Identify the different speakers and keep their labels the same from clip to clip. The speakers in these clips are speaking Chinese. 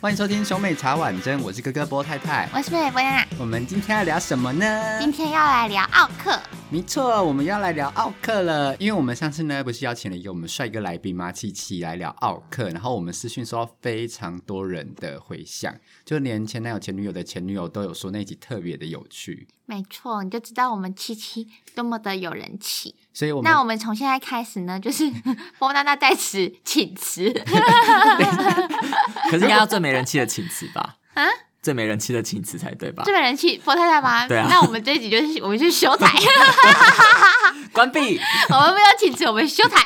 Speaker 1: 欢迎收听兄妹茶碗蒸，我是哥哥波太太。
Speaker 2: 我是贝博呀，
Speaker 1: 我们今天要聊什么呢？
Speaker 2: 今天要来聊奥克，
Speaker 1: 没错，我们要来聊奥克了。因为我们上次呢，不是邀请了一个我们帅哥来宾吗？七七来聊奥克，然后我们私讯收到非常多人的回响，就连前男友、前女友的前女友都有说那一集特别的有趣。
Speaker 2: 没错，你就知道我们七七多么的有人气。
Speaker 1: 所以我们
Speaker 2: 那我们从现在开始呢，就是 波娜娜在此请辞。
Speaker 3: 可是应该要最没人气的请辞吧？
Speaker 2: 啊，
Speaker 3: 最没人气的请辞才对吧
Speaker 2: 这？边人气波太太吗？
Speaker 3: 对啊
Speaker 2: 那我们这一集就是我们去修台，
Speaker 3: 关闭。
Speaker 2: 我们不要请辞，我们修台。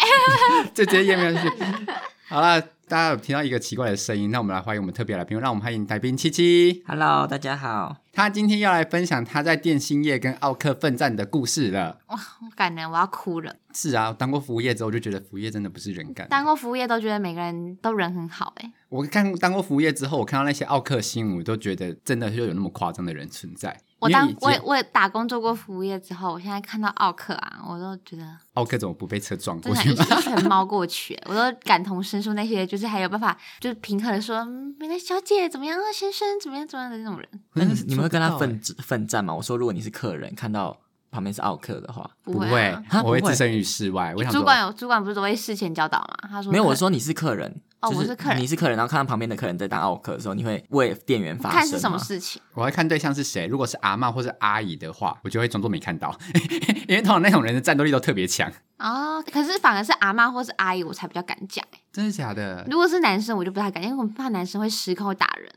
Speaker 1: 就直接咽不下去。 好了，大家有听到一个奇怪的声音，那我们来欢迎我们特别来宾，让我们欢迎来宾七七。
Speaker 3: Hello，大家好。
Speaker 1: 他今天要来分享他在电信业跟奥克奋战的故事了。
Speaker 2: 我感人，我要哭了。
Speaker 1: 是啊，当过服务业之后，我就觉得服务业真的不是人干的。
Speaker 2: 当过服务业都觉得每个人都人很好、欸，
Speaker 1: 我看当过服务业之后，我看到那些奥克新闻，我都觉得真的就有那么夸张的人存在。
Speaker 2: 我
Speaker 1: 因为
Speaker 2: 当
Speaker 1: 以前
Speaker 2: 我也我也打工做过服务业之后，我现在看到奥克啊，我都觉得
Speaker 1: 奥克怎么不被车撞
Speaker 2: 真
Speaker 1: 过
Speaker 2: 的，
Speaker 1: 去
Speaker 2: 一
Speaker 1: 吗？
Speaker 2: 一拳猫过去，我都感同身受。那些就是还有办法，就是平和的说，嗯那小姐怎么样啊，先生怎么样怎么样的那种人，
Speaker 3: 但是你们会跟他
Speaker 1: 做不到
Speaker 3: 奋奋战吗？我说，如果你是客人，看到旁边是奥克的话，
Speaker 1: 不
Speaker 2: 会、
Speaker 1: 会
Speaker 2: 啊。，
Speaker 3: 哈
Speaker 1: 我会
Speaker 3: 不会
Speaker 1: 置身于事外。我想
Speaker 2: 主
Speaker 1: 说
Speaker 2: 管有主管不是都会事前教导吗？他说
Speaker 3: 没有，
Speaker 2: 可
Speaker 3: 我说你是客人，
Speaker 2: 哦
Speaker 3: 就
Speaker 2: 我是客人
Speaker 3: 你是客人，然后看到旁边的客人在当奥克的时候，你会为店员发声
Speaker 2: 看是什么
Speaker 1: 啊
Speaker 3: 吗？
Speaker 2: 事情，
Speaker 1: 我会看对象是谁，如果是阿嬷或是阿姨的话，我就会装作没看到， 因为通常那种人的战斗力都特别强。
Speaker 2: 哦，可是反而是阿妈或是阿姨我才比较敢讲、欸
Speaker 1: 真的假的？
Speaker 2: 如果是男生我就不太敢，因为我怕男生会失控会打人。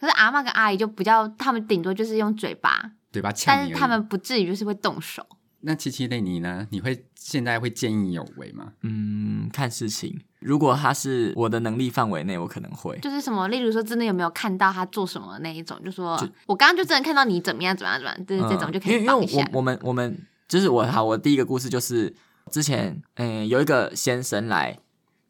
Speaker 2: 可是阿妈跟阿姨就比较，他们顶多就是用嘴巴，
Speaker 1: 嘴巴呛
Speaker 2: 但
Speaker 1: 你
Speaker 2: 是
Speaker 1: 而已
Speaker 2: 他们不至于就是会动手。
Speaker 1: 那七七类你呢？你会现在会见义勇为吗？
Speaker 3: 嗯，看事情。如果他是我的能力范围内，我可能会。
Speaker 2: 就是什么，例如说真的有没有看到他做什么那一种，就说
Speaker 3: 就
Speaker 2: 我刚刚就真的看到你怎么样怎么样怎么样，就是这种
Speaker 3: 嗯
Speaker 2: 就可
Speaker 3: 因
Speaker 2: 以
Speaker 3: 为
Speaker 2: 放
Speaker 3: 因
Speaker 2: 一
Speaker 3: 为
Speaker 2: 下
Speaker 3: 我。我们我们就是我好，我第一个故事就是之前嗯、呃有一个先生来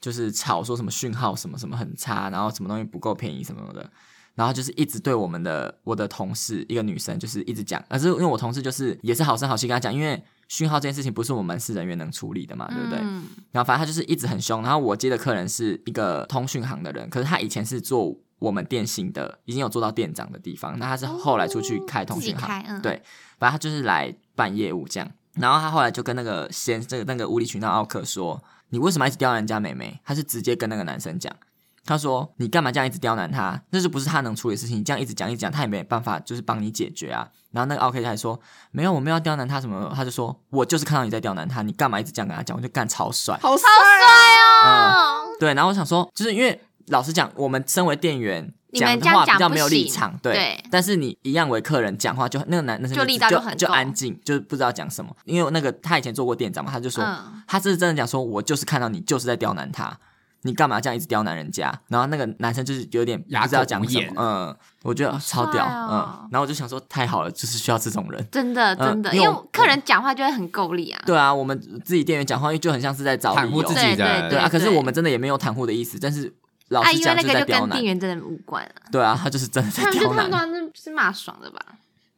Speaker 3: 就是吵说什么讯号什么什么很差，然后什么东西不够便宜什么什么的，然后就是一直对我们的我的同事一个女生就是一直讲，可是因为我同事就是也是好声好气跟他讲，因为讯号这件事情不是我们是人员能处理的嘛，对不对？
Speaker 2: 嗯，
Speaker 3: 然后反正他就是一直很凶。然后我接的客人是一个通讯行的人，可是他以前是做我们电信的，已经有做到店长的地方。那他是后来出去开通
Speaker 2: 哦
Speaker 3: 讯
Speaker 2: 自己
Speaker 3: 行，
Speaker 2: 开嗯
Speaker 3: 对，反正他就是来办业务这样。然后他后来就跟那个先这个那个无理取闹奥克说：“你为什么一直刁难人家妹妹？”他是直接跟那个男生讲。他说：“你干嘛这样一直刁难他？那就不是他能处理的事情。你这样一直讲一直讲，他也没办法，就是帮你解决啊。”然后那个奥 K 还说：“没有，我没有要刁难他什么。”他就说：“我就是看到你在刁难他，你干嘛一直这样跟他讲？我就干超帅。”
Speaker 1: 好帅啊！
Speaker 3: 嗯
Speaker 2: 哦，
Speaker 3: 对，然后我想说，就是因为老实讲，我们身为店员
Speaker 2: 你们这
Speaker 3: 讲的
Speaker 2: 样
Speaker 3: 话
Speaker 2: 讲
Speaker 3: 比较
Speaker 2: 不
Speaker 3: 没有立
Speaker 2: 行
Speaker 3: 场，对。
Speaker 2: 对
Speaker 3: 但是你一样为客人讲话就，那个男男生
Speaker 2: 就力道就
Speaker 3: 就
Speaker 2: 很
Speaker 3: 就
Speaker 2: 够
Speaker 3: 安静，就是不知道讲什么。因为那个他以前做过店长嘛，他就说、
Speaker 2: 嗯
Speaker 3: 他是真的讲说，我就是看到你就是在刁难他。你干嘛这样一直刁难人家？然后那个男生就是有点
Speaker 1: 哑
Speaker 3: 不知道
Speaker 1: 口
Speaker 3: 讲
Speaker 1: 无
Speaker 3: 什
Speaker 1: 言
Speaker 3: 么，嗯，我觉得超屌，
Speaker 2: 帅哦
Speaker 3: 嗯，然后我就想说太好了，就是需要这种人，
Speaker 2: 真的
Speaker 3: 呃
Speaker 2: 真的，
Speaker 3: 因
Speaker 2: 因
Speaker 3: 为
Speaker 2: 为
Speaker 3: 我
Speaker 2: 客人讲话就会很够力啊。
Speaker 3: 对啊，我们自己店员讲话就很像是在找
Speaker 1: 袒
Speaker 3: 理
Speaker 1: 护
Speaker 3: 由，
Speaker 1: 自
Speaker 3: 对
Speaker 1: 己
Speaker 2: 对
Speaker 1: 的
Speaker 2: 对
Speaker 3: 啊，可是
Speaker 2: 对
Speaker 3: 我们真的也没有袒护的意思，但是老
Speaker 2: 啊，
Speaker 3: 实
Speaker 2: 因为
Speaker 3: 讲
Speaker 2: 那
Speaker 3: 就是
Speaker 2: 个
Speaker 3: 在
Speaker 2: 就
Speaker 3: 刁
Speaker 2: 跟
Speaker 3: 难
Speaker 2: 店，员真的无关啊，
Speaker 3: 对啊，他就是真的 在
Speaker 2: 他们就
Speaker 3: 刁
Speaker 2: 他们
Speaker 3: 难。
Speaker 2: 当然是骂爽的吧？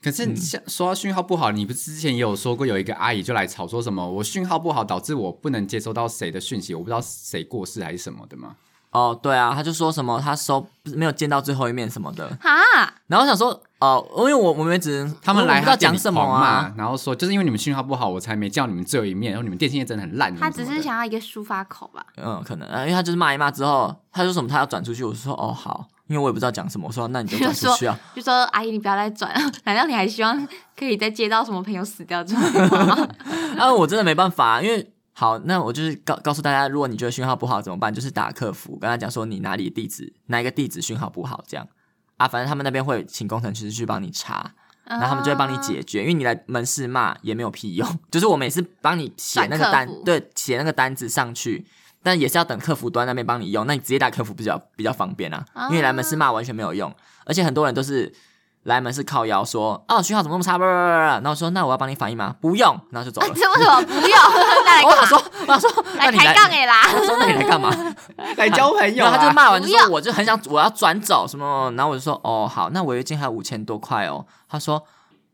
Speaker 1: 可
Speaker 3: 嗯
Speaker 1: 是像说到讯号不好，你不是之前也有说过，有一个阿姨就来吵说什么我讯号不好，导致我不能接收到谁的讯息，我不知道谁过世还是什么的吗？
Speaker 3: 哦，对啊，他就说什么他收没有见到最后一面什么的，
Speaker 2: 哈，
Speaker 3: 然后我想说哦，因为我我们只能
Speaker 1: 他们
Speaker 3: 哦我
Speaker 1: 来
Speaker 3: 不知道
Speaker 1: 他店
Speaker 3: 讲
Speaker 1: 里
Speaker 3: 什么
Speaker 1: 狂骂
Speaker 3: 啊，，
Speaker 1: 然后说就是因为你们讯号不好，我才没叫你们最后一面，然后你们电信业真的很烂。
Speaker 2: 他只
Speaker 1: 什么
Speaker 2: 是
Speaker 1: 的
Speaker 2: 想要一个抒发口吧？
Speaker 3: 嗯，可能啊，因为他就是骂一骂之后，他说什么他要转出去，我说哦好，因为我也不知道讲什 么，我说那你就转出去啊，
Speaker 2: 就说阿姨你不要再转了， 难道你还希望可以再接到什么朋友死掉之后吗？
Speaker 3: 啊我真的没办法，因为。好，那我就是告告诉大家，如果你觉得讯号不好怎么办？就是打客服，跟他讲说你哪里地址，哪一个地址讯号不好，这样啊，反正他们那边会请工程师去帮你查，
Speaker 2: 然
Speaker 3: 然后他们就会帮你
Speaker 2: 啊
Speaker 3: 解决，因为你来门市骂也没有屁用。 就是我每次帮你写那个
Speaker 2: 转
Speaker 3: 单
Speaker 2: 客服，
Speaker 3: 对，写那个单子上去，但也是要等客服端那边帮你用。那你直接打客服比较比较方便啊，因为来门市骂完全没有用，而且很多人都是来门市靠腰说，哦，讯号怎么那么差，叭叭叭叭叭然后说那我要帮你反应吗？不用，然后就走
Speaker 2: 啊，
Speaker 3: 了。
Speaker 2: 这为什么不 用？那来
Speaker 3: 我
Speaker 2: 干
Speaker 3: 想
Speaker 2: 嘛
Speaker 3: 说，我想说，那
Speaker 2: 来
Speaker 3: 你
Speaker 2: 抬
Speaker 3: 来
Speaker 2: 杠，哎啦！
Speaker 3: 我说那你来干嘛？
Speaker 1: 来交朋友
Speaker 3: 然
Speaker 1: 啊，
Speaker 3: 后他就骂完就
Speaker 2: 不要
Speaker 3: 说，我就哦很想我要转走什么，然后我就说哦好，那违约金还有五千多块哦。他说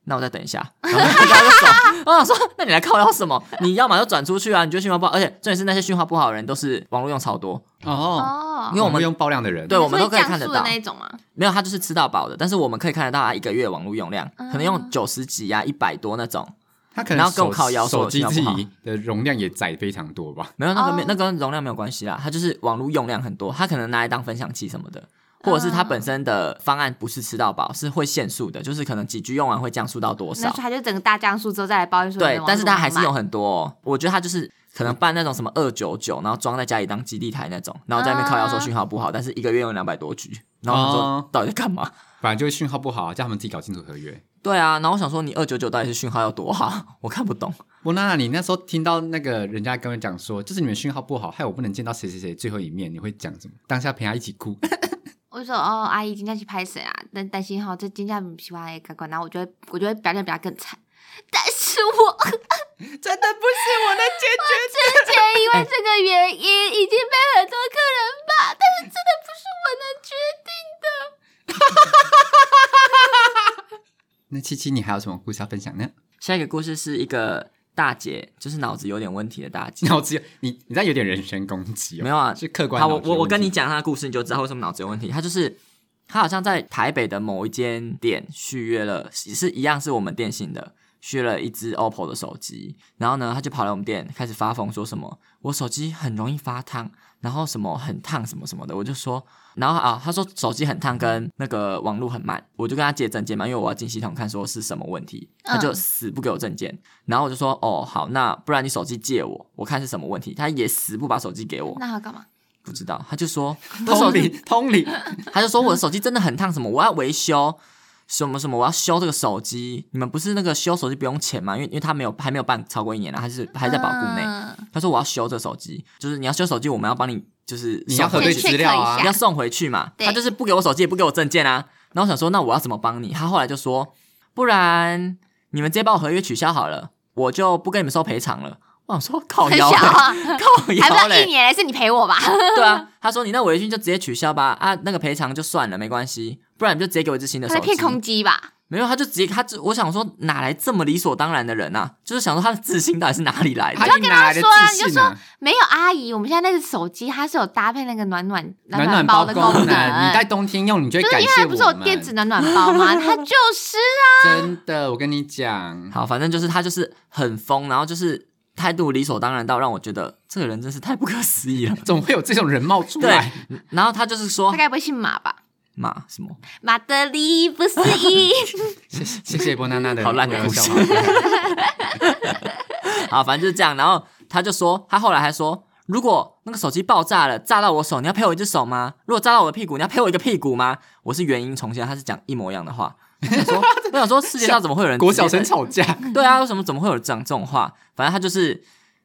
Speaker 3: 那我再等一下。”然后他就走。我想说， 那你来靠要什么？你要么就转出去啊！你觉得讯号不好，而且重点是那些讯号不好的人都是网络用超多，
Speaker 1: 哦，
Speaker 2: 哦
Speaker 3: 因为我
Speaker 1: 网络
Speaker 3: 们
Speaker 1: 用爆量的人，
Speaker 3: 对我们都
Speaker 2: 是会
Speaker 3: 可以
Speaker 2: 降
Speaker 3: 看得
Speaker 2: 速的
Speaker 3: 到
Speaker 2: 那一种嘛。
Speaker 3: 没有他就是吃到饱的，但是我们可以看得到啊他一个月网络用量，可能用
Speaker 2: 嗯
Speaker 3: 九十几啊、一百多那种。
Speaker 1: 他可能
Speaker 3: 然后跟我
Speaker 1: 手
Speaker 3: 靠腰
Speaker 1: 手
Speaker 3: 说我
Speaker 1: 机
Speaker 3: 信号
Speaker 1: 自
Speaker 3: 不好
Speaker 1: 己的容量也载非常多吧？
Speaker 3: 没有那个没、
Speaker 2: 哦
Speaker 3: 那跟容量没有关系啦，它就是网络用量很多，它可能拿来当分享器什么的，或者是它本身的方案不是吃到饱，是会限速的，就是可能几 G 用完会降速到多
Speaker 2: 那
Speaker 3: 少。
Speaker 2: 他就整个大降速之后再来抱怨说，
Speaker 3: 对，但是它还是有很多、哦，我觉得它就是可能办那种什么二九九，然后装在家里当基地台那种，然后在那边靠腰说讯号不好，但是一个月用两百多 G，然后我想
Speaker 1: 哦
Speaker 3: 说到底在干嘛？
Speaker 1: 反正就是讯号不好，叫他们自己搞清楚合约。
Speaker 3: 对啊，然后我想说你二九九到底是讯号要多好，我看不懂。
Speaker 1: 我娜娜，你那时候听到那个人家跟我讲说，就是你们讯号不好，害我不能见到谁谁谁最后一面，你会讲什么？当下陪他一起哭，
Speaker 2: 我就说哦，阿姨今天去拍谁啊？但但幸好这今天不喜欢干管，然后我就会我就会表现比他更惨。但是我
Speaker 1: 真的不是我的结局。
Speaker 2: 之前因为这个原因已经被很多客人骂，但是真的不是我能决定的。
Speaker 1: 那七七，你还有什么故事要分享呢？
Speaker 3: 下一个故事是一个大姐，就是脑子有点问题的大姐。
Speaker 1: 脑子有你，你在有点人身攻击哦。
Speaker 3: 没有啊
Speaker 1: 是客观
Speaker 3: 好，
Speaker 1: 脑子有问
Speaker 3: 我
Speaker 1: 题。
Speaker 3: 我我跟你讲他的故事，你就知道为什么脑子有问题。他就是他好像在台北的某一间店续约了，是一样是我们电信的，续约了一只 OPPO 的手机。然后呢，他就跑来我们店开始发疯，说什么我手机很容易发烫，然后什么很烫什么什么的。我就说，然后啊，他说手机很烫跟那个网络很慢，我就跟他借证件嘛，因为我要进系统看说是什么问题，
Speaker 1: 啊
Speaker 3: 他就
Speaker 2: 嗯
Speaker 3: 死不给我证件。然后我就说，哦好，那不然你手机借我，我看是什么问题。他也死不把手机给我。
Speaker 2: 那他干嘛？
Speaker 3: 不知道，他 就说我手
Speaker 1: 通
Speaker 3: 机，
Speaker 1: 灵，通灵。
Speaker 3: 他就说我的手机真的很烫，什么我要维修，什么什么我要修这个手机。你们不是那个修手机不用钱吗？因为因为他没有还没有办超过一年了，他是还在保固内。
Speaker 1: 啊
Speaker 2: 嗯
Speaker 3: 他说我要修这个手机，就是你要修手机，我们要帮你就是
Speaker 1: 你要核
Speaker 3: 送回
Speaker 1: 对
Speaker 3: 去
Speaker 1: 资料啊
Speaker 2: 先 check 一下
Speaker 3: 你要送回去嘛。
Speaker 2: 对
Speaker 3: 他就是不给我手机，也不给我证件啊。然后我想说，那我要怎么帮你？他后来就说，不然你们直接把我合约取消好了，我就不跟你们收赔偿了。我想说靠
Speaker 2: 很
Speaker 3: 哦腰
Speaker 2: 小
Speaker 3: 嘞，
Speaker 2: 啊，还
Speaker 3: 靠
Speaker 2: 不
Speaker 3: 腰
Speaker 2: 到
Speaker 3: 嘞
Speaker 2: 一，年，是你陪我吧？
Speaker 3: 对
Speaker 2: 嗯
Speaker 3: 啊，他说你那违约金就直接取消吧，啊，那个赔偿就算了，没关系，不然你就直接给我一只新 的
Speaker 2: 他
Speaker 3: 手
Speaker 2: 在
Speaker 3: 机
Speaker 2: 骗。空机吧？
Speaker 3: 没有，他就直接他就我想说哪来这么理所当然的人啊？就是想说他的自信到底是哪里 来的？
Speaker 1: 他一哪来的
Speaker 2: 说啊
Speaker 1: 自
Speaker 2: 你
Speaker 1: 信
Speaker 2: 就
Speaker 1: 啊？
Speaker 2: 没有阿姨，我们现在那个手机它是有搭配那个暖暖
Speaker 1: 暖
Speaker 2: 暖
Speaker 1: 包
Speaker 2: 的
Speaker 1: 功
Speaker 2: 功
Speaker 1: 能，你在冬天用，你就会
Speaker 2: 就是
Speaker 1: 感
Speaker 2: 因为
Speaker 1: 谢
Speaker 2: 它
Speaker 1: 我
Speaker 2: 不是有
Speaker 1: 们
Speaker 2: 电子暖暖包吗？它 就是
Speaker 1: 真的，我跟你讲，
Speaker 3: 好，反正就是他就是很疯，然后就是态度理所当然到让我觉得这个人真是太不可 思议了。
Speaker 1: 总会有这种人冒出
Speaker 3: 对
Speaker 1: 来。，
Speaker 3: 然后他就是说
Speaker 2: 他该不会姓马吧？
Speaker 3: 马什么？
Speaker 2: 马德里不是 一，
Speaker 1: 谢谢谢谢波娜娜的
Speaker 3: 好烂的
Speaker 1: 微
Speaker 3: 故
Speaker 1: 笑
Speaker 3: 事
Speaker 1: 话
Speaker 3: 好，反正就是这样。然后他就说，他后来还说，如果那个手机爆炸了，炸到我手，你要赔我一只手吗？如果炸到我的屁股，你要赔我一个屁股吗？我是原音重现，他是讲一模一样的话。我 想说，我想说，世界上怎么会有人
Speaker 1: 国小
Speaker 3: 直接
Speaker 1: 生吵架，
Speaker 3: 对啊，为什么怎么会有讲这种话？反正他就是，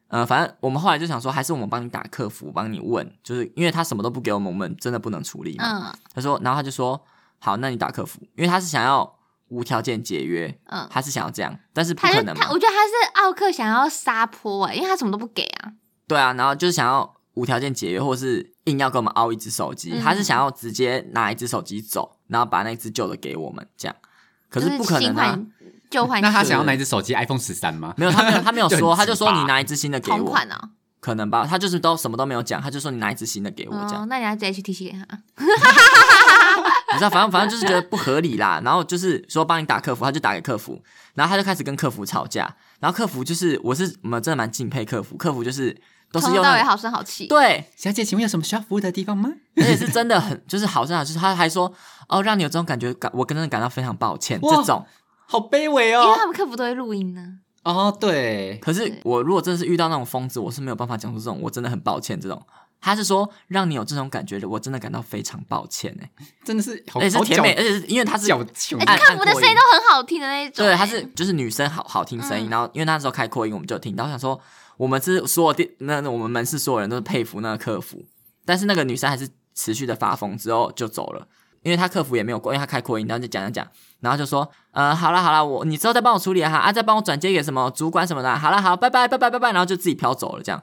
Speaker 3: 呃，反正我们后来就想说，还是我们帮你打客服，帮你问，就是因为他什么都不给我们，我们真的不能处理嘛。
Speaker 2: 嗯
Speaker 3: 他说，然后他就说，好，那你打客服，因为他是想要无条件解约，
Speaker 2: 嗯，
Speaker 3: 他是想要这样，但是不
Speaker 2: 他
Speaker 3: 可
Speaker 2: 就
Speaker 3: 能嘛
Speaker 2: 他，。我觉得他是奥克想要撒泼哎，因为他什么都不给啊，
Speaker 3: 对啊，然后就是想要无条件解约，或者是硬要跟我们凹一只手机，
Speaker 2: 嗯
Speaker 3: 他是想要直接拿一只手机走，然后把那只旧的给我们这样，可
Speaker 2: 就是
Speaker 3: 不可能
Speaker 2: 新
Speaker 3: 啊。
Speaker 2: 换旧换
Speaker 1: 那他
Speaker 2: 新，
Speaker 1: 想要哪一只手机？iPhone 十三吗？
Speaker 3: 没有，他没有，他没有
Speaker 1: 就很
Speaker 3: 说，
Speaker 1: 鸡巴
Speaker 3: 他就说你拿一只新的给
Speaker 2: 同
Speaker 3: 我，
Speaker 2: 款哦。
Speaker 3: 可能吧，他就是都什么都没有讲，他就说你拿一只新的给我这样
Speaker 2: 哦，，那你要直接去提醒给他。
Speaker 3: 你知道，反正反正就是觉得不合理啦。然后就是说帮你打客服，他就打给客服，然后他就开始跟客服吵架，然后客服就是我是我们真的蛮敬佩客服，客服就是都是
Speaker 2: 从头
Speaker 3: 用
Speaker 2: 到
Speaker 3: 那
Speaker 2: 尾
Speaker 3: 个
Speaker 2: 好声好气，
Speaker 3: 对，
Speaker 1: 小姐，请问有什么需要服务的地方吗？
Speaker 3: 而且是真的很，就是好像就是他还说哦，让你有这种感觉，感我真的感到非常抱歉
Speaker 1: 哇
Speaker 3: 这种。
Speaker 1: 好卑微
Speaker 2: 因为
Speaker 1: 哦。
Speaker 2: 他们客服都会录音呢。
Speaker 3: 嗯
Speaker 1: 哦，对，
Speaker 3: 可是我如果真的是遇到那种疯子，我是没有办法讲出这种我真的很抱歉这种。他是说让你有这种感觉的，我真的感到非常抱歉哎、
Speaker 1: 真的是好，
Speaker 3: 而且是
Speaker 1: 好
Speaker 3: 甜美，
Speaker 1: 矫
Speaker 3: 而且是因为他是
Speaker 1: 矫情
Speaker 2: 哎，
Speaker 3: 按
Speaker 2: 客服的
Speaker 3: 按
Speaker 2: 声
Speaker 3: 过
Speaker 2: 音
Speaker 3: 瘾
Speaker 2: 都很好听的那一种。
Speaker 3: 对，
Speaker 2: 哎
Speaker 3: 她是就是女生好好听声音，
Speaker 2: 嗯
Speaker 3: 然后因为那时候开扩音我们就有听到，我想说我们是所有店那那我们门市所有人都是佩服那个客服，但是那个女生还是持续的发疯，之后就走了。因为她客服也没有过，因为她开扩音，然后就讲讲讲，然后就说，呃，好啦好啦，我你之后啊再帮我处理哈，啊，再帮我转接给什么主管什么的，好啦好，拜拜拜拜拜拜，然后就自己飘走了这样。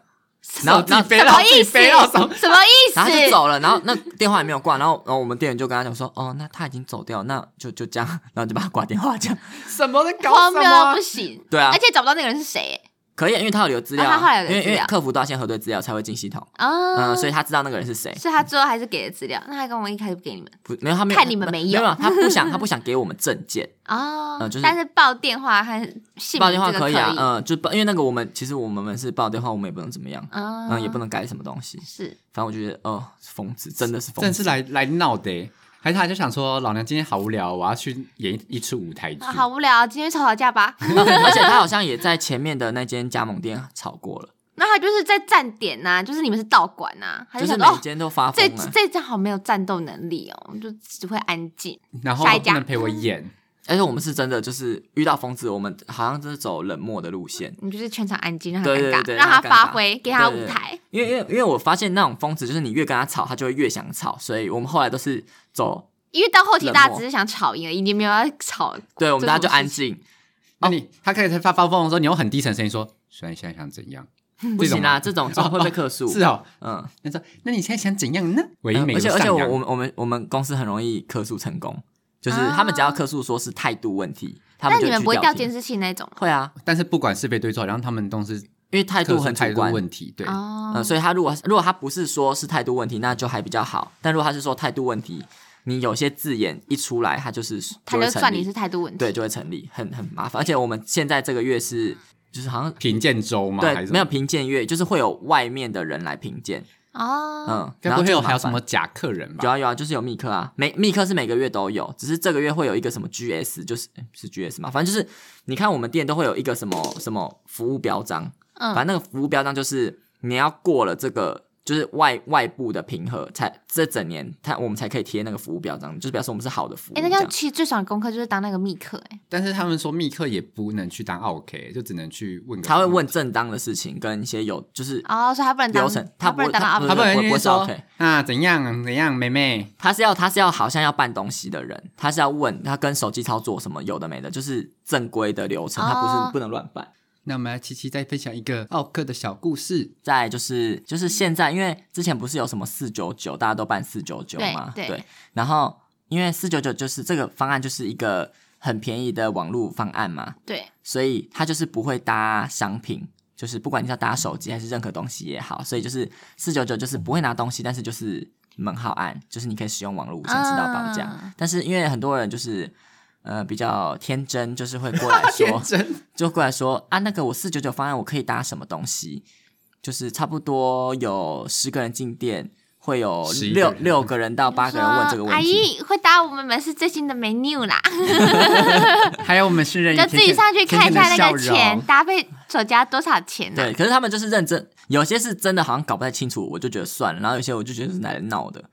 Speaker 3: 然后
Speaker 1: 自
Speaker 3: 然
Speaker 1: 己飞
Speaker 2: 哎什
Speaker 3: 后
Speaker 1: 到
Speaker 2: 么
Speaker 1: 自己
Speaker 2: 意思？
Speaker 1: 飞到手，
Speaker 2: 什么意思？
Speaker 3: 然后他就走了，然后那电话也没有挂，然后然后我们店员就跟他讲说，哦，那他已经走掉，那就就这样，然后就把他挂电话这样。
Speaker 1: 什么在搞
Speaker 2: 荒
Speaker 1: 什
Speaker 2: 谬
Speaker 1: 么
Speaker 2: 到
Speaker 1: 啊
Speaker 2: 不？行。
Speaker 3: 对啊
Speaker 2: 而且找不到那个人是谁
Speaker 3: 可以，因为他有留资料、
Speaker 2: 啊他后来有
Speaker 3: 因
Speaker 2: 留
Speaker 3: 为
Speaker 2: 资
Speaker 3: 因
Speaker 2: 料
Speaker 3: 为客服都要先核对资料才会进系统，嗯、
Speaker 2: 啊？
Speaker 3: 所以他知道那个人是谁。
Speaker 2: 所以他最后还是给了资料，那他跟我一开始不给你们
Speaker 3: 不，没有他没有
Speaker 2: 看你们没有
Speaker 3: 没有，啊他不想他不想给我们证件，
Speaker 2: 哦、
Speaker 3: 呃就是
Speaker 2: 但是报电话和姓
Speaker 3: 报
Speaker 2: 名
Speaker 3: 电话
Speaker 2: 这个
Speaker 3: 可
Speaker 2: 以
Speaker 3: 以啊，嗯、就报，因为那个我们其实我们是报电话，我们也不能怎么样，
Speaker 2: 嗯
Speaker 3: 嗯、也不能改什么东西，
Speaker 2: 是
Speaker 3: 反正我就觉得，哦、疯子真的是疯
Speaker 1: 真是
Speaker 3: 子，
Speaker 1: 来来闹的欸，还是他就想说，老娘今天好无聊，我要去演一一出舞台剧。
Speaker 2: 啊，好无聊，今天吵吵架吧。
Speaker 3: 而且他好像也在前面的那间加盟店吵过 了，
Speaker 2: 那他就是在站点呐、就是你们是道馆呐、他
Speaker 3: 就
Speaker 2: 想
Speaker 3: 是
Speaker 2: 说
Speaker 3: 每一
Speaker 2: 哦，
Speaker 3: 间都发
Speaker 2: 这
Speaker 3: 疯了，啊
Speaker 2: 这张好没有战斗能力哦，就只会安静。
Speaker 1: 然后
Speaker 2: 下一
Speaker 1: 不
Speaker 2: 家哦
Speaker 1: 能陪我演，
Speaker 3: 而且我们是真的就是遇到疯子，我们好像就是走冷漠的路线，
Speaker 2: 你就是全场安静，让他尴尬，
Speaker 3: 对对对
Speaker 2: 让
Speaker 3: 让他
Speaker 2: 发
Speaker 3: 尴尬
Speaker 2: 挥，给他
Speaker 3: 对
Speaker 2: 舞
Speaker 3: 对
Speaker 2: 台。
Speaker 3: 因为因为因为我发现那种疯子就是你越跟他吵，他就会越想吵，所以我们后来都是走，
Speaker 2: 因为到后期
Speaker 3: 冷
Speaker 2: 大家
Speaker 3: 漠
Speaker 2: 只是想吵赢而已，你没有要吵。
Speaker 3: 对我们
Speaker 2: 这
Speaker 3: 大家
Speaker 2: 种
Speaker 3: 就安
Speaker 2: 事情
Speaker 3: 静，
Speaker 1: 那你他开始发发疯的时候，你用很低沉的声音说：“所以你现在想怎样
Speaker 3: 不行啦，
Speaker 1: 这
Speaker 3: 这种这种会被客？” 诉，
Speaker 2: 啊
Speaker 1: 是哦，
Speaker 3: 嗯。
Speaker 1: 他说：“那你现在想怎样呢？”唯一
Speaker 3: 嗯
Speaker 1: 没有
Speaker 3: 而且而且
Speaker 1: 上
Speaker 3: 我
Speaker 1: 扬
Speaker 3: 我们我们我们公司很容易客诉成功，就是
Speaker 2: 啊
Speaker 3: 他们只要客诉说是态度问题，他
Speaker 2: 但
Speaker 3: 们就
Speaker 2: 你们
Speaker 3: 去
Speaker 2: 不会掉
Speaker 3: 停
Speaker 2: 监视器那种
Speaker 3: 会啊，
Speaker 1: 但是不管是非对错，然后他们都是
Speaker 3: 因为
Speaker 1: 态
Speaker 3: 态度
Speaker 1: 度
Speaker 3: 很
Speaker 1: 态
Speaker 3: 主
Speaker 1: 度
Speaker 3: 观。
Speaker 1: 问题，对，
Speaker 2: 哦、
Speaker 3: 嗯，所以他如果如果他不是说是态度问题，那就还比较好。但如果他是说态度问题，你有些字眼一出来，他就是
Speaker 2: 他
Speaker 3: 就会
Speaker 2: 就
Speaker 3: 成
Speaker 2: 算
Speaker 3: 立
Speaker 2: 你是态度问题。
Speaker 3: 对，就会成立，很很麻烦。而且我们现在这个月是就是好像
Speaker 1: 评鉴周嘛，还
Speaker 3: 对
Speaker 1: 是
Speaker 3: 没有评鉴月，就是会有外面的人来评鉴，
Speaker 2: 哦，
Speaker 3: 嗯，
Speaker 1: 该
Speaker 3: 然
Speaker 1: 不
Speaker 3: 后
Speaker 1: 会
Speaker 3: 就
Speaker 1: 有
Speaker 3: 很麻
Speaker 1: 还有什
Speaker 3: 烦
Speaker 1: 么假客人吧？
Speaker 3: 有啊有啊，就是有密克啊，每密克是每个月都有，只是这个月会有一个什么 GS，就是诶是 GS 嘛，反正就是你看我们店都会有一个什么什么服务标章，
Speaker 2: 嗯，
Speaker 3: 反正那个服务标章就是你要过了这个就是外外部的评核，才这整年它我们才可以贴那个服务标章，就是表示我们是好的服务。
Speaker 2: 哎、
Speaker 3: 这
Speaker 2: 那这
Speaker 3: 样
Speaker 2: 样其实最爽的功课就是当那个密客、哎，
Speaker 1: 但是他们说密克也不能去当 OK，就只能去问个。
Speaker 3: 他会问，正当的事情跟一些有就是
Speaker 2: 哦，所以他不能当
Speaker 3: 流程，，
Speaker 2: 他
Speaker 3: 不
Speaker 2: 能当
Speaker 3: 他
Speaker 2: 阿
Speaker 3: 不
Speaker 1: 他不能
Speaker 3: 我
Speaker 1: 去
Speaker 3: 我是
Speaker 1: 说
Speaker 3: OK
Speaker 1: 啊怎样怎样，妹妹
Speaker 3: 他是要他是要好像要办东西的人，他是要问他跟手机操作什么有的没的，就是正规的流程，他不
Speaker 2: 哦
Speaker 3: 是不能乱办。
Speaker 1: 那我们来琪琪再分享一个奥克的小故事。
Speaker 3: 再来就是就是现在，因为之前不是有什么四九九，大家都办四九九
Speaker 2: 对
Speaker 3: 嘛，
Speaker 2: 对
Speaker 3: 然后因为四九九就是这个方案就是一个很便宜的网络方案嘛，
Speaker 2: 对，
Speaker 3: 所以它就是不会搭商品，就是不管你是要搭手机还是任何东西也好，所以就是四九九就是不会拿东西，但是就是门号案，就是你可以使用网络无限制到保价。
Speaker 2: 嗯
Speaker 3: 但是因为很多人就是呃比较天真，就是会 过来说
Speaker 1: 天真，
Speaker 3: 就过来说啊，那个我四九九方案我可以搭什么东西？就是差不多有十个人进店，会有
Speaker 1: 11
Speaker 3: 六
Speaker 1: 个人
Speaker 3: 六个人到八个人问这个
Speaker 2: 说
Speaker 3: 问
Speaker 2: 阿
Speaker 3: 题。
Speaker 2: 姨会打我们门是最新的 menu 啦，
Speaker 1: 还有我们是人，
Speaker 2: 就自己上去看一下那个
Speaker 1: 甜甜的笑
Speaker 2: 钱
Speaker 1: 容。
Speaker 2: 搭配手加多少钱啊呢、
Speaker 3: 对，可是他们就是认真，有些是真的好像搞不太清楚，我就觉得算了，然后有些我就觉得是来闹的。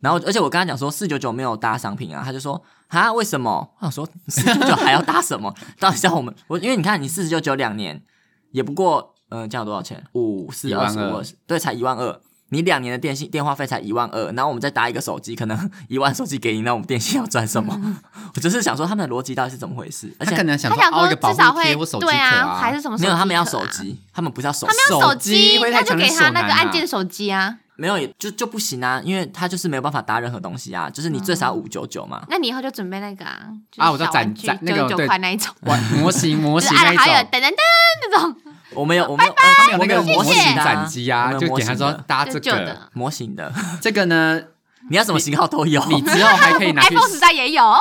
Speaker 3: 然后，而且我跟他讲说四九九没有搭商品啊，他就说啊为什么？我想说四九九还要搭什么？ 到底叫我们我因为你看你四九九两年也不过嗯、呃、这样有多少钱？五四二十五二
Speaker 1: 12,200
Speaker 3: 十对，才一万二。你两年的电信电话费才一万二，然后我们再搭一个手机，可能 一万手机给你，那我们电信要赚什么？ 我就是想说他们的逻辑到底是怎么回事？而
Speaker 1: 他可
Speaker 3: 且
Speaker 1: 能想
Speaker 2: 他
Speaker 1: 说
Speaker 2: 想
Speaker 1: 凹一
Speaker 2: 说
Speaker 1: 个保
Speaker 2: 至少
Speaker 1: 护
Speaker 2: 会
Speaker 1: 贴或手机壳
Speaker 2: 对啊，还是 什么手机
Speaker 3: 没有
Speaker 2: 壳啊？
Speaker 3: 他们要手机，他们不是要手
Speaker 2: 他们要手
Speaker 1: 手机会
Speaker 2: 那
Speaker 1: 太
Speaker 2: 就
Speaker 1: 强
Speaker 2: 给他
Speaker 1: 手难
Speaker 2: 那个按
Speaker 1: 啊
Speaker 2: 键手机啊。
Speaker 3: 没有，也就就不行啊，因为他就是没有办法搭任何东西啊，就是
Speaker 1: 嗯
Speaker 3: 你最少五九九嘛。
Speaker 2: 那你以后就准备那个啊，
Speaker 1: 啊我知道
Speaker 2: 就是小玩
Speaker 1: 攒
Speaker 2: 具
Speaker 1: 攒那个
Speaker 2: 九十九
Speaker 1: 对
Speaker 2: 块那一种，
Speaker 1: 玩模型模
Speaker 2: 就是
Speaker 1: 型
Speaker 2: 按了好友
Speaker 1: 那一种。
Speaker 2: 噔噔噔那种，
Speaker 3: 我们有，我们有，呃他
Speaker 1: 有
Speaker 3: 们有
Speaker 1: 那个
Speaker 3: 我们有
Speaker 1: 模
Speaker 3: 模
Speaker 1: 型
Speaker 3: 型的啊
Speaker 1: 展机啊，
Speaker 3: 我们有
Speaker 1: 就
Speaker 3: 模
Speaker 1: 给他
Speaker 3: 型
Speaker 1: 说
Speaker 3: 的
Speaker 1: 搭
Speaker 2: 就
Speaker 1: 啊这
Speaker 2: 旧
Speaker 1: 个
Speaker 2: 的，
Speaker 3: 模型的，
Speaker 1: 这个呢，
Speaker 3: 你要什么型号都有。
Speaker 1: 你之后还可以拿去，
Speaker 2: iPhone 时代也有，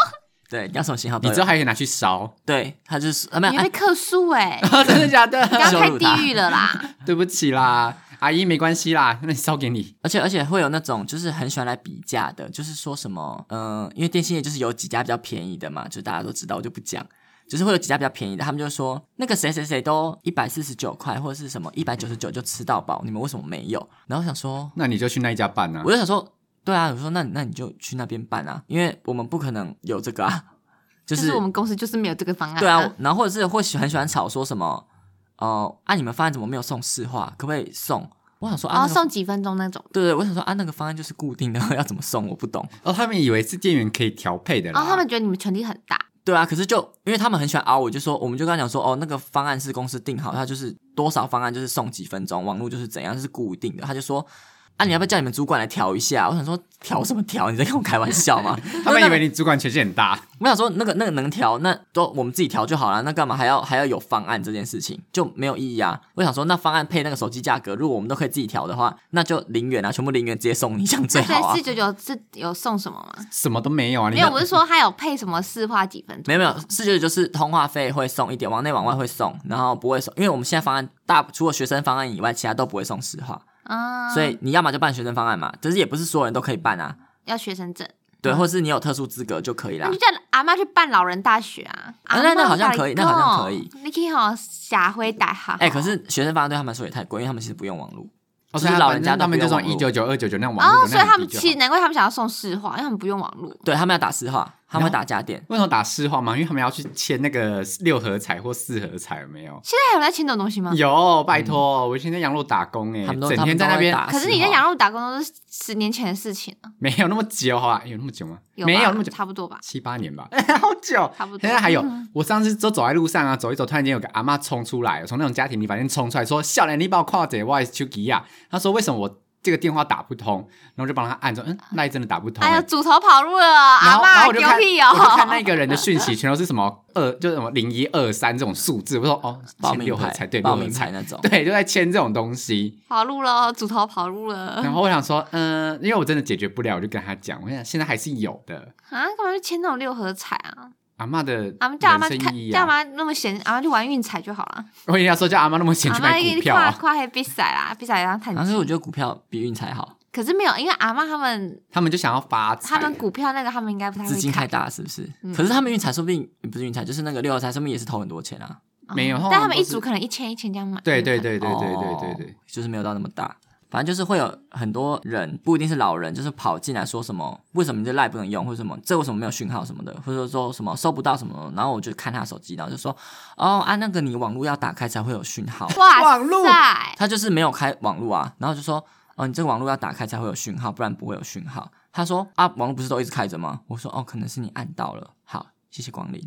Speaker 3: 对，你要什么型号都
Speaker 1: 你之后
Speaker 3: 有。
Speaker 1: 还可以拿去烧，
Speaker 3: 对，他就是啊没有
Speaker 2: 你会被
Speaker 3: 哎，
Speaker 2: 客诉 哎、
Speaker 1: 真的假
Speaker 2: 你
Speaker 1: 的？
Speaker 2: 要开
Speaker 3: 羞辱他
Speaker 2: 地狱了啦！
Speaker 1: 对不起啦，阿姨没关系啦，那你烧给你。
Speaker 3: 而且而且会有那种就是很喜欢来比价的，就是说什么，嗯、因为电信业就是有几家比较便宜的嘛，就大家都知道，我就不讲。就是会有几家比较便宜的，他们就说那个谁谁谁都一百四十九块或者是什么一百九十九就吃到饱，你们为什么没有？然后我想说
Speaker 1: 那你就去那一家办啊
Speaker 3: 我。就想说，对啊，我说那那你就去那边办啊，因为我们不可能有这个啊， 就、
Speaker 2: 就是是我们公司就是没有这个方案、
Speaker 3: 对啊，，然后或者是会喜很喜欢吵说什么，哦、啊你们方案怎么没有送市话，可不可以送？我想说
Speaker 2: 然后
Speaker 3: 啊，那个
Speaker 2: 哦送几分钟那种。
Speaker 3: 对对，我想说啊那个方案 就是固定的，要怎么送我不懂。
Speaker 1: 哦，他们以为是店员可以调配的啦。
Speaker 2: 然后他们觉得你们权力很大，
Speaker 3: 对啊，可是就因为他们很喜欢熬，我就说，我们就跟他讲说，哦，那个方案是公司定好，他就是多少方案就是送几分钟，网络就是怎样，就是固定的。他就说，啊，你要不要叫你们主管来调一下？我想说，调什么调？你在跟我开玩笑吗？
Speaker 1: 他们以为你主管权限很大，
Speaker 3: 我想说，那个那个能调，那都我们自己调就好了，那干嘛还要还要有方案这件事情就没有意义啊？我想说，那方案配那个手机价格，如果我们都可以自己调的话，那就零元啊，全部零元直接送你，这样最
Speaker 2: 那所
Speaker 3: 好 啊
Speaker 2: 以四。九九是有送什么吗？
Speaker 1: 什么都没有啊！你
Speaker 2: 没有，我是说他有配什么四花几分钟？
Speaker 3: 没有没有，四九九就是通话费会送一点，往内往外会送，然后不会送，因为我们现在方案大除了学生方案以外，其他都不会送实话，
Speaker 2: 啊，
Speaker 3: 所以你要么就办学生方案嘛，只是也不是所有人都可以办啊，
Speaker 2: 要学生证，
Speaker 3: 对，或是你有特殊资格就可以啦
Speaker 2: 那就。叫阿妈去办老人大学啊。
Speaker 3: 啊
Speaker 2: 阿
Speaker 3: 那
Speaker 2: 嬷
Speaker 3: 那好像可以那好像
Speaker 2: 跟你讲你可以好下回带哈。哦
Speaker 3: 哎、可是学生方案对他们来说也太贵，因为他们其实不用网络，
Speaker 1: 哦，
Speaker 3: 就
Speaker 1: 所以
Speaker 3: 是
Speaker 1: 他
Speaker 3: 老人家
Speaker 1: 他们就
Speaker 3: 都
Speaker 1: 从
Speaker 3: 不用
Speaker 1: 一
Speaker 3: 网
Speaker 1: 九九
Speaker 3: 络
Speaker 1: 二九九那种网络
Speaker 2: 哦，
Speaker 1: 流
Speaker 2: 所以
Speaker 1: 量
Speaker 2: 他
Speaker 1: 很
Speaker 2: 们
Speaker 1: 低就
Speaker 2: 其
Speaker 1: 好
Speaker 2: 实难怪他们想要送市话，因为他们不用网络。
Speaker 3: 对他们要打实话，他们会打家电。
Speaker 1: 为什么打市话嘛？因为他们要去签那个六合彩或四合彩，有没有？
Speaker 2: 现在还有在签这种东西吗？
Speaker 1: 有，拜托，我以前在羊肉打工哎、
Speaker 3: 嗯他们都
Speaker 1: 整天在那边
Speaker 3: 他们都
Speaker 2: 可
Speaker 3: 在打
Speaker 2: 是你
Speaker 3: 市
Speaker 2: 在
Speaker 3: 话
Speaker 2: 羊肉打工都是十年前的事情了，
Speaker 1: 没有那么久好吧？有那么久吗？
Speaker 2: 吧
Speaker 1: 没有那么久，
Speaker 2: 差不多吧。
Speaker 1: 七八年 吧，哎好久，
Speaker 2: 差不多
Speaker 1: 现在还有
Speaker 2: 嗯，
Speaker 1: 我上次就走在路上啊，走一走，突然间有个阿妈冲出来，从那种家庭理发店冲出来，说：“ 笑脸，你把我跨着外丘吉亚。”她啊说：“为什么我这个电话打不通？”然后我就帮她按说：“嗯，那一真的打不通、
Speaker 2: 哎呀，
Speaker 1: 欸。
Speaker 2: 主头跑路了，
Speaker 1: 然
Speaker 2: 阿
Speaker 1: 后，然后
Speaker 2: 妈
Speaker 1: 我就
Speaker 2: 牛
Speaker 1: 看，
Speaker 2: 屁
Speaker 1: 我就看
Speaker 2: 哦！
Speaker 1: 那个人的讯息，全都是什么二，就是什么零一二三这种数字。我说哦，
Speaker 3: 报
Speaker 1: 签
Speaker 3: 名
Speaker 1: 六合
Speaker 3: 牌
Speaker 1: 彩，对，
Speaker 3: 报
Speaker 1: 六合
Speaker 3: 名牌
Speaker 1: 彩，
Speaker 3: 那 种。
Speaker 1: 对，就在签这种东西。
Speaker 2: 跑路了，主头跑路了
Speaker 1: 然后我想说，嗯、因为我真的解决不了，我就跟他讲，我想现在还是有的。
Speaker 2: 啊！干嘛去签那种六合彩啊？
Speaker 1: 阿嬷的
Speaker 2: 阿妈叫阿妈
Speaker 1: 人
Speaker 2: 去
Speaker 1: 生
Speaker 2: 看
Speaker 1: 意，义
Speaker 2: 叫阿
Speaker 1: 啊！
Speaker 2: 妈那么闲，阿妈去玩运彩就好了。
Speaker 1: 我跟你说，叫阿妈那么闲
Speaker 2: 阿
Speaker 1: 去
Speaker 2: 妈
Speaker 1: 买
Speaker 2: 一
Speaker 1: 股
Speaker 2: 个
Speaker 1: 票
Speaker 2: 跨
Speaker 1: 啊，
Speaker 2: 跨黑比赛啦，比赛然后探
Speaker 3: 然后所以我觉得股票比运才好，
Speaker 2: 可是没有，因为阿妈他们
Speaker 1: 他们就想要发财。
Speaker 2: 他们股票那个他们应该不太
Speaker 3: 资
Speaker 2: 会
Speaker 3: 金太
Speaker 2: 看，
Speaker 3: 大了是不是？
Speaker 2: 嗯
Speaker 3: 可是他们运才说不定不是运才，就是那个六合彩，说不定也是投很多钱啊。
Speaker 2: 哦
Speaker 1: 没有通常
Speaker 2: 但他们
Speaker 1: 都
Speaker 2: 一
Speaker 1: 是
Speaker 2: 组可能一千一千这样买。
Speaker 1: 对
Speaker 2: 有可
Speaker 1: 对
Speaker 2: 能
Speaker 1: 对对对对对
Speaker 3: 哦
Speaker 1: 对，
Speaker 3: 就是没有到那么大。反正就是会有很多人，不一定是老人，就是跑进来说什么，为什么你这赖不能用，或者什么这为什么没有讯号什么的，或者说什么收不到什么，然后我就看他手机，然后就说，哦啊那个你网络要打开才会有讯号，
Speaker 2: 哇
Speaker 1: 网路
Speaker 2: 塞，
Speaker 3: 他就是没有开网络啊，然后就说，哦，你这个网络要打开才会有讯号，不然不会有讯号。他说啊，网络不是都一直开着吗？我说哦，可能是你按到了。好，谢 谢光临。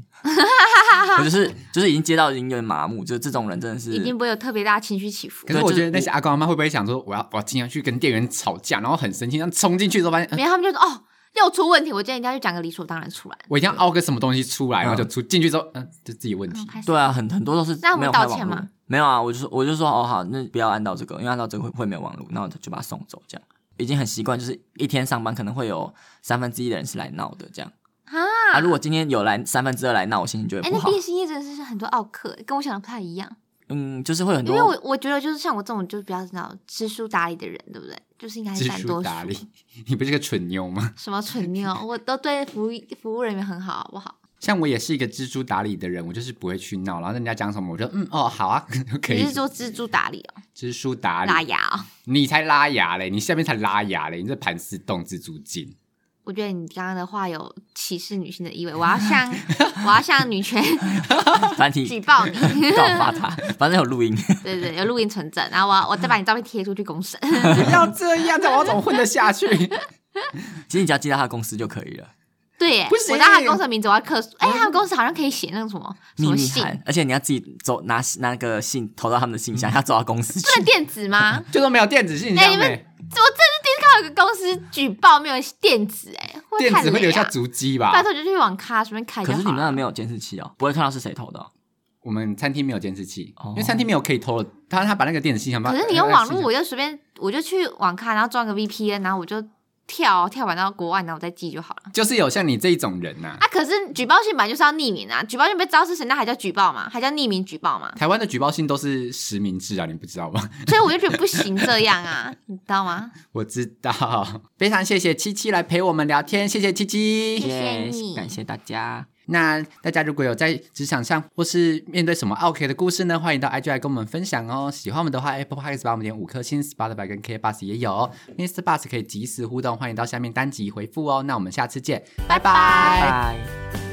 Speaker 3: 我就是就是已经接到已经有点麻木，就是这种人真的是
Speaker 2: 一定不会有特别大情绪起伏
Speaker 1: 可。是
Speaker 3: 对
Speaker 1: 我
Speaker 3: 就是
Speaker 1: 觉得那些阿公阿妈会不会想说，我要我要经常去跟店员吵架，然后很生气，然后冲进去之后发现，嗯
Speaker 2: 没有，他们就说哦，又出问题，我今天一定要去讲个理所当然出来。
Speaker 1: 我一定要凹个什么东西出来，
Speaker 3: 嗯
Speaker 1: 然后就出进去之后，嗯，就自己问
Speaker 2: 然
Speaker 1: 题
Speaker 2: 后。开始
Speaker 3: 对啊，很很多都是
Speaker 2: 那我们
Speaker 3: 没有开
Speaker 2: 道
Speaker 3: 网
Speaker 2: 歉
Speaker 3: 络
Speaker 2: 吗。
Speaker 3: 没有啊，我就说我就说哦好，那不要按到这个，因为按到这个会会没有网络，然后就把它送走这样。已经很习惯，就是一天上班可能会有三分之一的人是来闹的这样
Speaker 2: 啊
Speaker 3: 啊。如果今天有来三分之二来闹，我心情就
Speaker 2: 哎、
Speaker 3: 会不
Speaker 2: 那
Speaker 3: 好
Speaker 2: 毕。业生夜真的是很多奥克，跟我想的不太一样。
Speaker 3: 嗯，就是会有很
Speaker 2: 因
Speaker 3: 多
Speaker 2: 为我我觉得就是像我这种就是比较知道知书达理的人，对不对？就是应该是
Speaker 1: 知
Speaker 2: 占
Speaker 1: 书
Speaker 2: 多数。
Speaker 1: 达理， 你不是个蠢妞吗？
Speaker 2: 什么蠢妞，我都对服务服务人员很好，好不好？
Speaker 1: 像我也是一个知书达理的人，我就是不会去闹，然后人家讲什么，我就嗯哦好啊， 就可
Speaker 2: 你
Speaker 1: 以
Speaker 2: 是。说蜘蛛打理哦，
Speaker 1: 知书达
Speaker 2: 拉
Speaker 1: 理，
Speaker 2: 牙哦？
Speaker 1: 你才拉牙嘞，你下面才拉牙嘞，你这盘丝洞蜘蛛精。
Speaker 2: 我觉得你刚刚的话有歧视女性的意味，我要向我要向 女权
Speaker 3: 团体
Speaker 2: 举报你。
Speaker 3: 告 发他，反正有录音。
Speaker 2: 对对，有录音存证，然后我要我再把你照片贴出去公审。
Speaker 1: 不 要这样，这样我要怎么混得下去？
Speaker 3: 其实你只要记到他的公司就可以了。
Speaker 2: 对耶，
Speaker 1: 不行
Speaker 2: 我知道他公司的名字，我要克诉。哎、他们公司好像可以写那种什么什
Speaker 3: 秘
Speaker 2: 么
Speaker 3: 密
Speaker 2: 信，嗯
Speaker 3: 函，而且你要自己走拿拿个信投到他们的信箱，要走到公司去。
Speaker 2: 不能电子吗？
Speaker 1: 就说没有电子信
Speaker 2: 哎
Speaker 1: 箱欸
Speaker 2: 你
Speaker 1: 嘞、
Speaker 2: 们我真是第一次看到有个公司举报没有电子、哎，会不
Speaker 1: 电
Speaker 2: 太
Speaker 1: 子会留
Speaker 2: 累
Speaker 1: 下
Speaker 2: 啊。
Speaker 1: 足迹
Speaker 2: 拜
Speaker 1: 吧？
Speaker 2: 托就去网咖随便看就
Speaker 3: 可
Speaker 2: 好
Speaker 3: 是
Speaker 2: 了。
Speaker 3: 你们那没有监视器哦，不会看到是谁投的哦、
Speaker 1: 我们餐厅没有监视器，
Speaker 3: 哦
Speaker 1: 因为餐厅没有可以偷的，他他把那个电子信箱把。
Speaker 2: 啊可是你用网络，
Speaker 1: 呃
Speaker 2: 我就随便，我就去网咖，然后装个 VPN，然后我就跳跳完到国外，然后我再寄就好了。
Speaker 1: 就是有像你这一种人呐、
Speaker 2: 啊，可是举报信本来就是要匿名啊，举报信被知道是谁，那还叫举报吗？还叫匿名举报吗？
Speaker 1: 台湾的举报信都是实名制啊，你不知道吗？
Speaker 2: 所以我就觉得不行这样啊，你知道吗？
Speaker 1: 我知道，非常谢谢七七来陪我们聊天，谢谢七七。
Speaker 2: 谢谢你
Speaker 3: 感谢大家。
Speaker 1: 那大家如果有在职场上或是面对什么 OK 的故事呢，欢迎到 IG 来跟我们分享哦。喜欢我们的话，Apple Podcast 把我们点五颗星，Spotify 跟 K Bus 也有哦，Mr. Bus 可以及时互动，欢迎到下面单集回复哦。那我们下次见，拜拜
Speaker 3: 拜。